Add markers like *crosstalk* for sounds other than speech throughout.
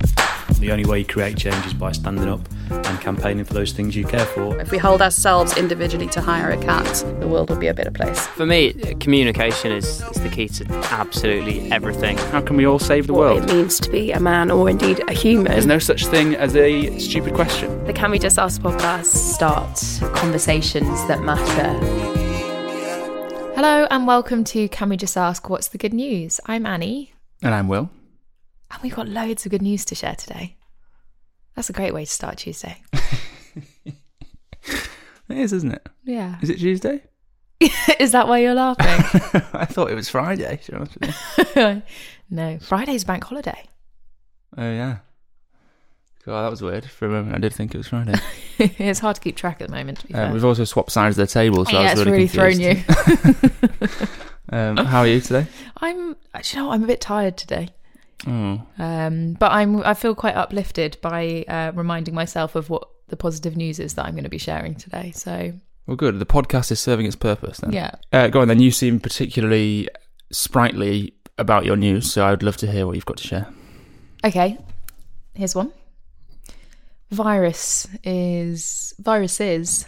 The only way you create change is by standing up and campaigning for those things you care for. If we hold ourselves individually to hire a cat, the world will be a better place. For me, communication is, is the key to absolutely everything. How can we all save the what world? it means to be a man or indeed a There's human. no such thing as a stupid question. the Can We Just Ask podcast. start conversations that matter. Hello and welcome to Can We Just Ask What's the Good News? I'm Annie And I'm Will. and we've got loads of good news to share today. That's a great way to start Tuesday. It is, isn't it? Yeah. Is it Tuesday? *laughs* Is that why *laughs* you're laughing? I thought it was Friday, to be honest with you. no, Friday's bank holiday. Oh, yeah. God, that was weird. For a moment, I did think it was *laughs* Friday. *laughs* it's hard to keep track at the moment, to be Um, fair. Oh, we've also swapped sides of the table, so yeah, I was it's really, really thrown confused. you. *laughs* Um, how are you today? I'm, do you know, what? I'm a bit tired today. Oh, Um, but I'm, I feel quite uplifted by uh, reminding myself of what the positive news is that I'm going to be sharing today. So, well, good. The podcast is serving its purpose then. yeah. Uh, go on then. You seem particularly sprightly about your news, so I would love to hear what you've got to share. *laughs* Okay, here's one. Virus is viruses.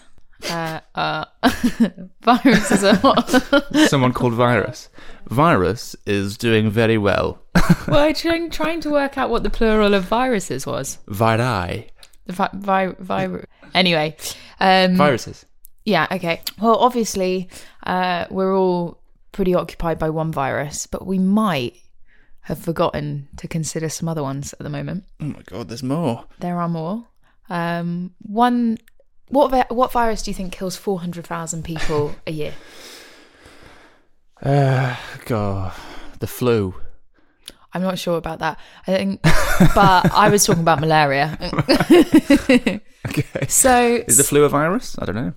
Uh, uh, *laughs* viruses are what? Someone called Virus. Virus is doing very well. *laughs* well, I'm trying, trying to work out what the plural of viruses was. Viri. The vi- vi- vir- anyway, um, Viruses. yeah, okay. Well, obviously, uh, we're all pretty occupied by one virus, but we might have forgotten to consider some other ones at the moment. Oh my god, there's more. There are more. Um, one. What vi- what virus do you think kills four hundred thousand people a year? Uh, god. The flu. I'm not sure about that. *laughs* I think, but I was talking about malaria. Okay. So Is the flu a virus? I don't know.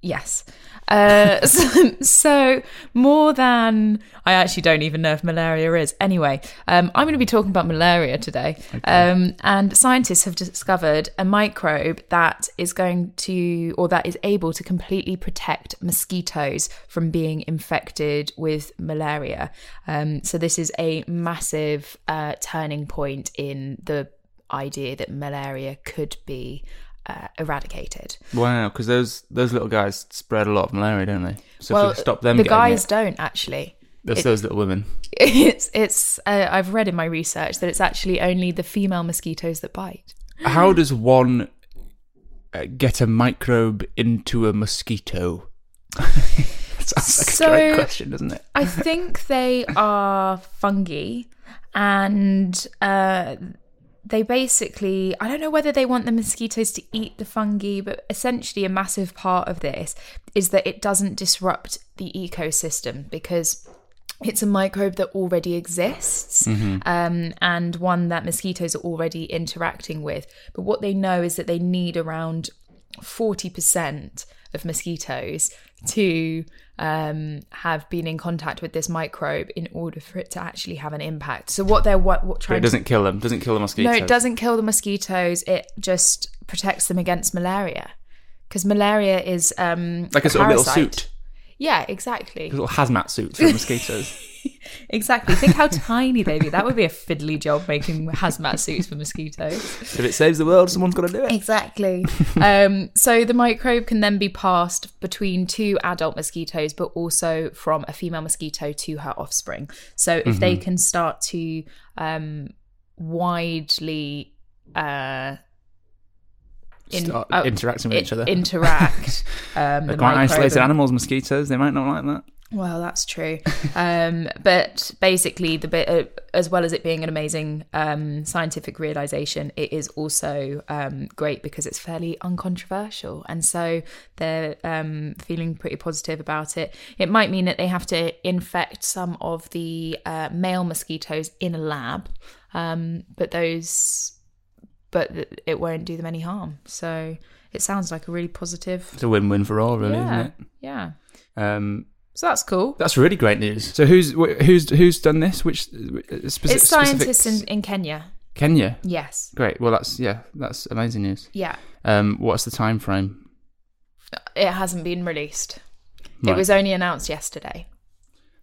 yes. Uh, *laughs* so, so more than I actually don't even know if malaria is. Anyway, um, I'm going to be talking about malaria today, um, and scientists have discovered a microbe that is going to, or that is able to completely protect mosquitoes from being infected with malaria. Um, so this is a massive uh, turning point in the idea that malaria could be uh, eradicated. Wow, because those those little guys spread a lot of malaria, don't they? So if you stop them, the getting guys it, don't actually. *laughs* there's those little women. It's it's. Uh, I've read in my research that it's actually only the female mosquitoes that bite. How does one uh, get a microbe into a mosquito? Sounds like So- a great question, doesn't it? I think they are fungi, and uh, they basically. I don't know whether they want the mosquitoes to eat the fungi, but essentially, a massive part of this is that it doesn't disrupt the ecosystem because it's a microbe that already exists Mm-hmm. um, and one that mosquitoes are already interacting with. But what they know is that they need around 40% of mosquitoes to um, have been in contact with this microbe in order for it to actually have an impact. So, what they're what, what But trying it to doesn't kill them. Doesn't kill the mosquito. no, it doesn't kill the mosquitoes. It just protects them against malaria because malaria is um, Like a sort of little parasite. suit, Yeah, exactly, a little hazmat suit for mosquitoes. exactly. Think how *laughs* tiny they'd be. That would be a fiddly job making hazmat suits for mosquitoes. if it saves the world, someone's got to do it. *laughs* Exactly. um, so the microbe can then be passed between two adult mosquitoes, but also from a female mosquito to her offspring. So if Mm-hmm. they can start to um, widely uh, in- Start oh, interacting with i- each other. *laughs* interact, um, They're the quite microbe isolated and- animals, mosquitoes. They might not like that. well, that's true. Um, but basically, the bit, uh, as well as it being an amazing um, scientific realization, it is also um, great because it's fairly uncontroversial, and so they're um, feeling pretty positive about it. It might mean that they have to infect some of the uh, male mosquitoes in a lab, um, but those, but th- it won't do them any harm. So it sounds like a really positive. It's a win-win for all, really, yeah, isn't yeah. it? Um, So that's cool. that's really great news. So who's wh- who's who's done this? Which uh, specific, it's scientists in, specific- in Kenya. Kenya. Yes. Great. Well, that's yeah, that's amazing news. Yeah. Um, what's the time frame? It hasn't been released. Right. It was only announced yesterday.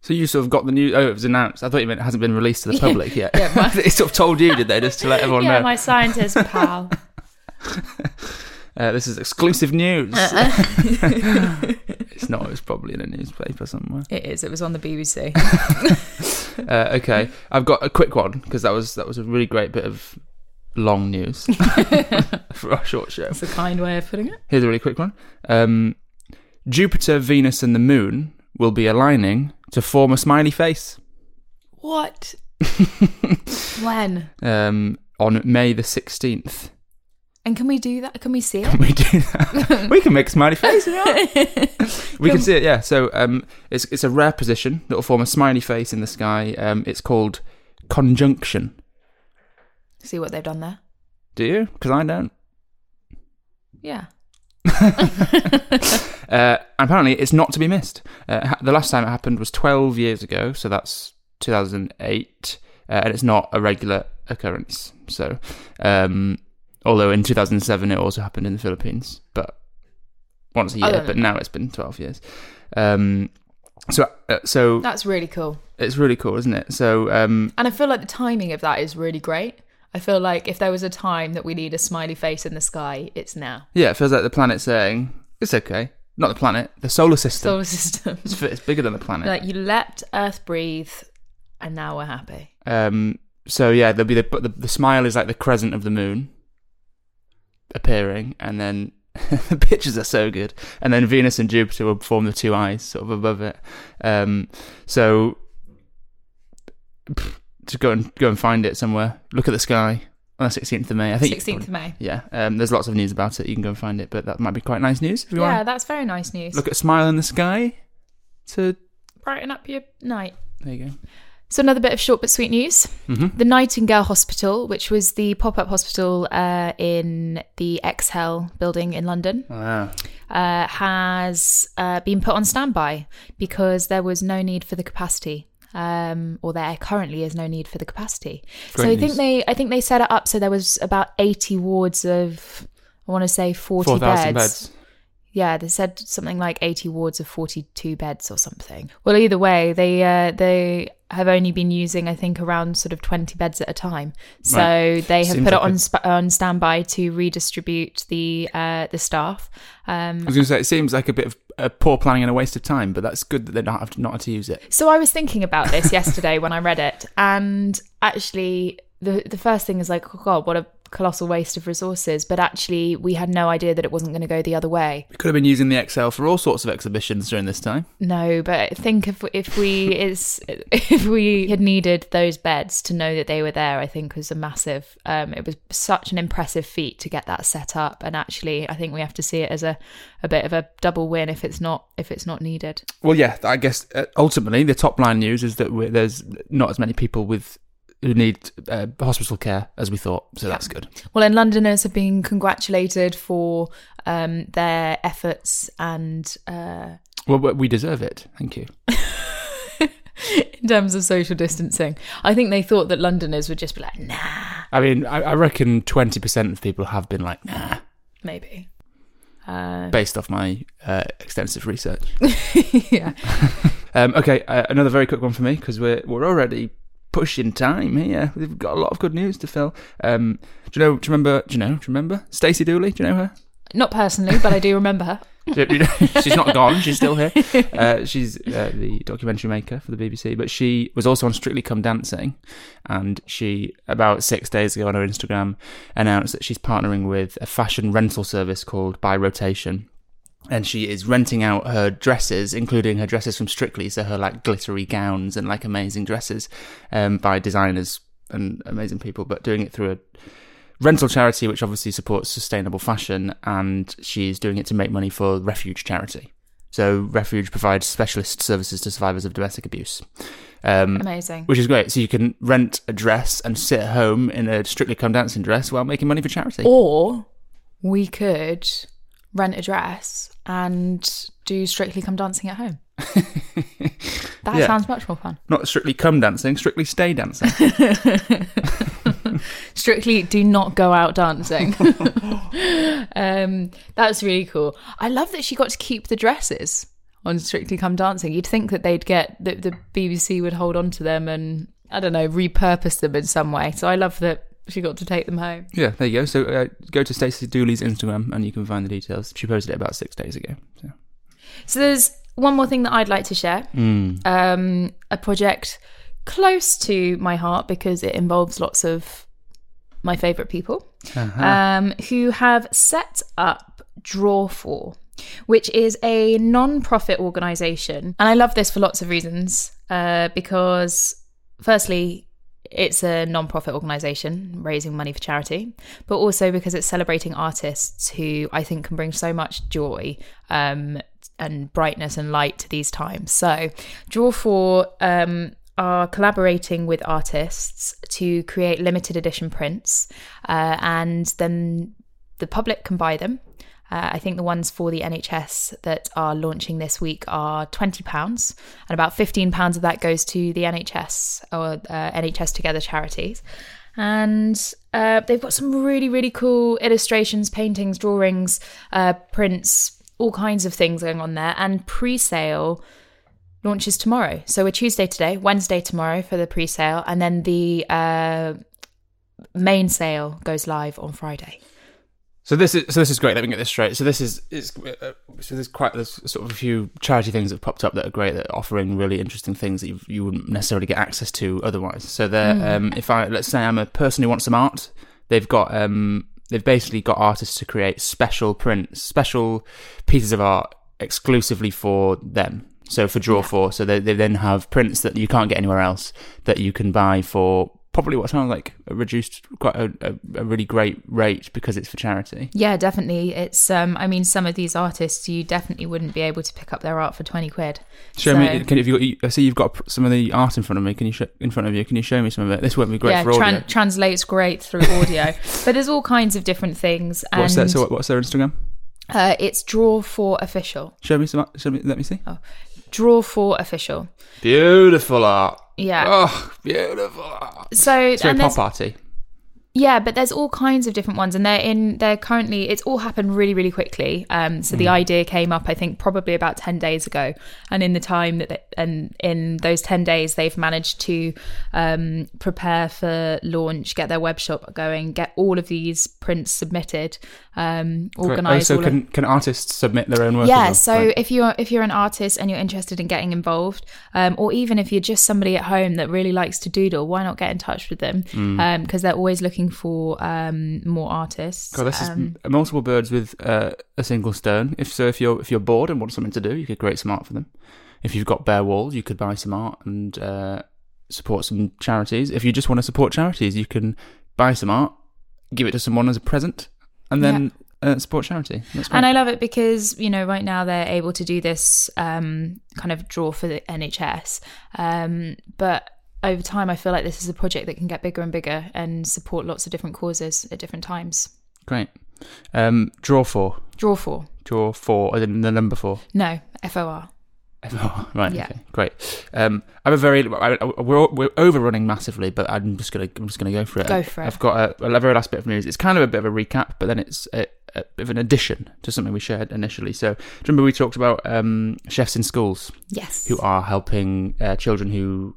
So you sort of got the news. Oh, it was announced. I thought you meant it hasn't been released to *laughs* the public yet. yeah, *laughs* they sort of told you, did they, just to let everyone yeah, know? my scientist pal. uh, this is exclusive news. Uh-uh. *laughs* *laughs* it's not. It was probably in a newspaper somewhere. it is. It was on the BBC. Uh, okay, I've got a quick one because that was that was a really great bit of long *laughs* news *laughs* for our short show. That's a kind way of putting it. Here's a really quick one. Um, Jupiter, Venus, and the Moon will be aligning to form a smiley face. *laughs* What? when? um, on May the 16th. And can we do that? Can we *laughs* see Can it? we do that? we can make a smiley face. yeah. we can see it, yeah. So um, it's, it's a rare position that will form a smiley face in the sky. Um, it's called conjunction. See what they've done there? Do you? Because I don't. *laughs* Yeah. *laughs* Uh, and apparently, it's not to be missed. Uh, ha- the last time it happened was 12 years ago, so that's 2008, uh, and it's not a regular occurrence. So, um, although in 2007 it also happened in the Philippines, but once a Oh, year. no. But now it's been 12 years. Um, so, uh, so That's really cool. it's really cool, isn't it? So, um, And I feel like the timing of that is really great. I feel like if there was a time that we need a smiley face in the sky, it's now. yeah, it feels like the planet's saying it's okay. Not the planet, the solar system. Solar system. *laughs* It's it's, it's bigger than the planet. like you let Earth breathe, and now we're happy. Um, so yeah, there'll be the, but the the smile is like the crescent of the moon appearing, and then *laughs* the pictures are so good, and then Venus and Jupiter will form the two eyes sort of above it. Um, so pff, to go and go and find it somewhere. Look at the sky on the sixteenth of May. I think you can Sixteenth of May. probably- Yeah, um, there's lots of news about it. You can go and find it, but that might be quite nice news if you Yeah, want. that's very nice news. Look at a smile in the sky. To Brighten up your night. there you go. So another bit of short but sweet news. Mm-hmm. The Nightingale Hospital, which was the pop-up hospital uh, in the Exhale building in London, Wow. uh, has uh, been put on standby because there was no need for the capacity. Um, or there currently is no need for the capacity. so I Great think news. they, I think they set it up so there was about eighty wards of, I want to say forty Four thousand beds. beds. Yeah, they said something like 80 wards of 42 beds or something. Well, either way, they uh, they have only been using I think around sort of 20 beds at a time. So Right. they have Seems put like it on a- sp- on standby to redistribute the uh, the staff. Um, I was going to say it seems like a bit of uh, poor planning and a waste of time, but that's good that they don't have to, not have to use it. so I was thinking about *laughs* this yesterday when I read it, and actually the the first thing is like, oh god, what a colossal waste of resources. But actually, we had no idea that it wasn't going to go the other way. We could have been using the XL for all sorts of exhibitions during this time. No, but think if if we is *laughs* if we had needed those beds to know that they were there, I think was a massive. Um, it was such an impressive feat to get that set up, and actually, I think we have to see it as a, a bit of a double win if it's not if it's not needed. Well, yeah, I guess uh, ultimately the top line news is that we there's not as many people with who need uh, hospital care as we thought, so that's good. Well, and Londoners have been congratulated for um, their efforts and uh, Well, we- we deserve it. Thank you. in terms of social distancing. I think they thought that Londoners would just be like, nah, I mean, I, I reckon twenty percent of people have been like, nah, maybe. Uh, *laughs* based off my uh, extensive research. yeah. Um, okay, uh, another very quick one for me because we're we're already pushing time here. We've got a lot of good news to fill. Um, do you know? Do you remember? Do you know? Do you remember? Stacey Dooley. Do you know her? Not personally, but I do remember her. Do you- *laughs* she's not gone. She's still here. Uh, she's uh, the documentary maker for the BBC, but she was also on Strictly Come Dancing, and she about six days ago on her Instagram announced that she's partnering with a fashion rental service called By Rotation. And she is renting out her dresses, including her dresses from Strictly, so her like glittery gowns and like amazing dresses, um, by designers and amazing people, but doing it through a rental charity, which obviously supports sustainable fashion, and she's doing it to make money for Refuge charity. So Refuge provides specialist services to survivors of domestic abuse, *laughs* um, Amazing. which is great. So you can rent a dress and sit at home in a strictly come dancing dress while making money for charity. Or we could rent a dress and do Strictly Come Dancing at home. That Yeah. sounds much more fun. Not strictly come dancing, strictly stay dancing. Strictly do not go out dancing. um, that's really cool. I love that she got to keep the dresses. on Strictly Come Dancing. You'd think that they'd get that the BBC would hold on to them and I don't know repurpose them in some way. So I love that she got to take them home. Yeah, there you go. So uh, go to Stacey Dooley's Instagram and you can find the details. She posted it about six days ago. So. So there's one more thing that I'd like to share. Um, a project close to my heart because it involves lots of my favourite people um, who have set up Draw For, which is a non-profit organisation, and I love this for lots of reasons uh, because firstly it's a non-profit organization raising money for charity but also because it's celebrating artists who i think can bring so much joy um, and brightness and light to these times so draw for um, are collaborating with artists to create limited edition prints uh, and then the public can buy them uh, I think the ones for the NHS that are launching this week are £20, and about £15 of that goes to the NHS or uh, NHS Together charities. And uh, they've got some really, really cool illustrations, paintings, drawings, uh, prints, all kinds of things going on there. And pre sale launches tomorrow. So we're Tuesday today, Wednesday tomorrow for the pre sale, and then the uh, main sale goes live on Friday. So this is so this is great. Let me get this straight. So this is it's uh, so there's quite there's sort of a few charity things that have popped up that are great that are offering really interesting things that you you wouldn't necessarily get access to otherwise. So there, um, if I let's say I'm a person who wants some art, they've got um they've basically got artists to create special prints, special pieces of art exclusively for them. So for Draw For, so they they then have prints that you can't get anywhere else that you can buy for. Probably what sounds like a reduced, quite a, a, a really great rate because it's for charity. Yeah, definitely. It's um I mean some of these artists you definitely wouldn't be able to pick up their art for 20 quid. Show So- me. Can, if you, you- I see you've got pr- some of the art in front of me. Can you show in front of you? Can you show me some of it? This won't be great yeah, for audio. tran- translates great through *laughs* audio. but there's all kinds of different things and what's that? So what, what's their Instagram? uh, it's draw for official. Show me some. Show me. Let me see. Oh. Draw for official. Beautiful art. Yeah. Oh, beautiful art. so It's very and pop there's, arty. yeah, but there's all kinds of different ones and they're in they're currently it's all happened really really quickly. Um so the Hmm. idea came up I think probably about 10 days ago and in the time that they, and in those 10 days they've managed to um prepare for launch, get their web shop going, get all of these prints submitted, um organize Oh, all so of- can can artists submit their own work? as yeah well? so Right. if you're if you're an artist and you're interested in getting involved um, or even if you're just somebody at home that really likes to doodle why not get in touch with them because Mm. they're always looking for um, more artists um, God, this is m- multiple birds with uh, a single stone. If so, if you're if you're bored and want something to do, you could create some art for them. If you've got bare walls, you could buy some art and uh, support some charities. If you just want to support charities, you can buy some art, give it to someone as a present, and then uh, support charity. That's great. and I love it because you know right now they're able to do this um, kind of draw for the NHS, um, but over time I feel like this is a project that can get bigger and bigger and support lots of different causes at different times. great. Um, draw four, Draw for draw four, and then the number four. *laughs* no F O R. Oh, right. Yeah. Okay. Great. Um, I'm a very I, I- we're we're overrunning massively, but I'm just gonna I'm just gonna go for it. Go for it. I've got a, a very last bit of news. It's kind of a bit of a recap, but then it's a, a bit of an addition to something we shared initially. So do you remember we talked about um, chefs in schools Yes. who are helping uh, children who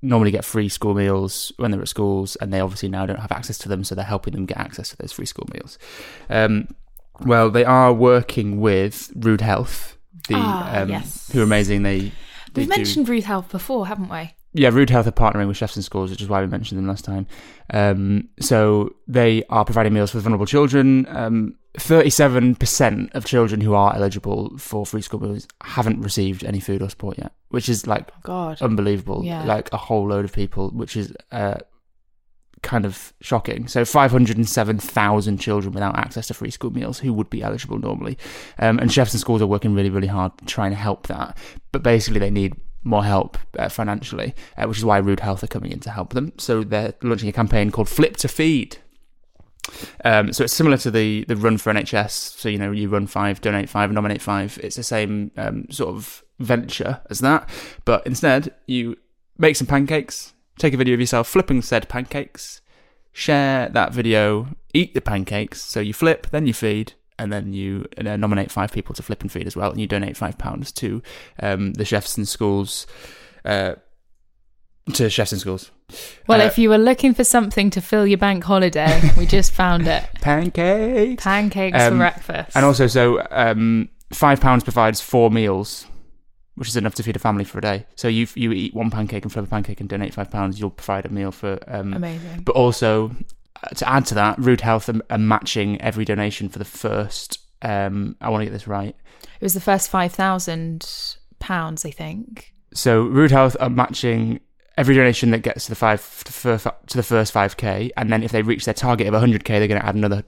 normally get free school meals when they're at schools, and they obviously now don't have access to them, so they're helping them get access to those free school meals. Um, well, they are working with Rude Health, the, Ah, um, yes. who are amazing. They they We've do- mentioned Ruth Health before, haven't we? yeah, Rude Health are partnering with Chefs in Schools, which is why we mentioned them last time. Um, so they are providing meals for vulnerable children. Um, 37% of children who are eligible for free school meals haven't received any food or support yet, which is like God. Oh, unbelievable. Yeah. Like a whole load of people, which is uh, kind of shocking. So 507,000 children without access to free school meals who would be eligible normally. Um, and chefs and schools are working really, really hard trying to help that. But basically, they need more help uh, financially, uh, which is why Rude Health are coming in to help them. So they're launching a campaign called Flip to Feed. Um, so it's similar to the the run for NHS. So you know, you run five, donate five, nominate five. It's the same um, sort of venture as that, but instead you make some pancakes, take a video of yourself flipping said pancakes, share that video, eat the pancakes. So you flip, then you feed, and then you uh, nominate five people to flip and feed as well, and you donate five pounds to um, the chefs in schools, uh, to chefs in schools. Well, Uh, if you were looking for something to fill your bank holiday, *laughs* we just found it. Pancakes. Pancakes Um, for breakfast. And also, so um, five pounds provides four meals, which is enough to feed a family for a day. So you you eat one pancake and flip a pancake and donate five pounds, you'll provide a meal for. Um, Amazing. but also, uh, to add to that, Rude Health are, are matching every donation for the first. Um, I want to get this right. it was the first five thousand pounds, I think. So Rude Health are matching every donation that gets to the five f- f- to the first five k, and then if they reach their target of hundred k, they're going to add another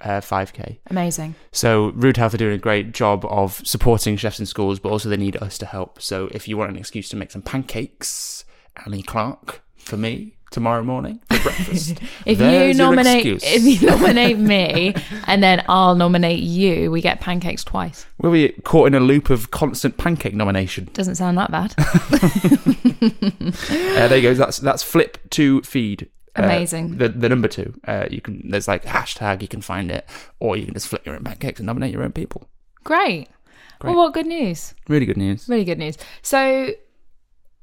uh, five k. Amazing. So Rude Health are doing a great job of supporting chefs in schools, but also they need us to help. So if you want an excuse to make some pancakes, Annie Clark for me tomorrow morning for breakfast. *laughs* If there's you your nominate, excuse. *laughs* if you nominate me, and then I'll nominate you, we get pancakes twice. we'll be caught in a loop of constant pancake nomination. Doesn't sound that *laughs* bad. Uh, there you go. That's that's flip to feed. Uh, Amazing. the the number two. Uh, you can there's like hashtag. You can find it, or you can just flip your own pancakes and nominate your own people. Great. Great. Well, what good news? Really good news. Really good news. So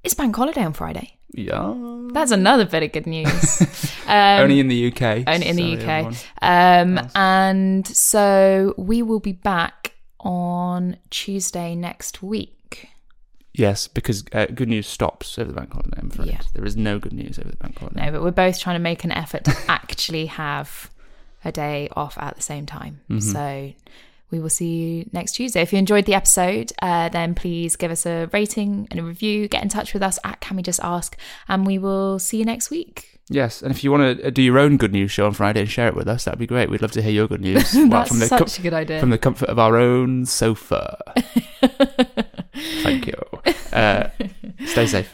it's bank holiday on Friday. Yeah. That's another bit of *laughs* good news. Um, only in the UK. only in the Sorry, UK. everyone. Um, and so we will be back on Tuesday next week. Yes, because uh, good news stops over the bank holiday. I'm afraid Yeah. there is no good news over the bank holiday. No, but we're both trying to make an *laughs* effort to actually have a day off at the same time. Mm-hmm. So we will see you next Tuesday. If you enjoyed the episode, uh, then please give us a rating and a review. Get in touch with us at Can We Just Ask, and we will see you next week. Yes, and if you want to do your own good news show on Friday and share it with us, that'd be great. We'd love to hear your good *laughs* news well, That's from the com- such a good idea. from the comfort of our own sofa. *laughs* Thank you. Uh, stay safe.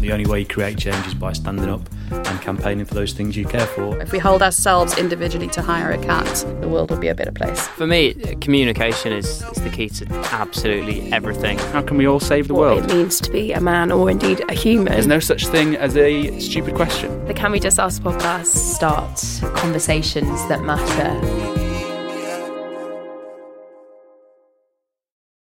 The only way you create change is by standing up and campaigning for those things you care for. If we hold ourselves individually to hire a cat, the world will be a better place. For me, communication is, is the key to absolutely everything. How can we all save the What it world? means to be a man or indeed a human. There's no such thing as a stupid question. the Can We Just Ask podcast. Start conversations that matter.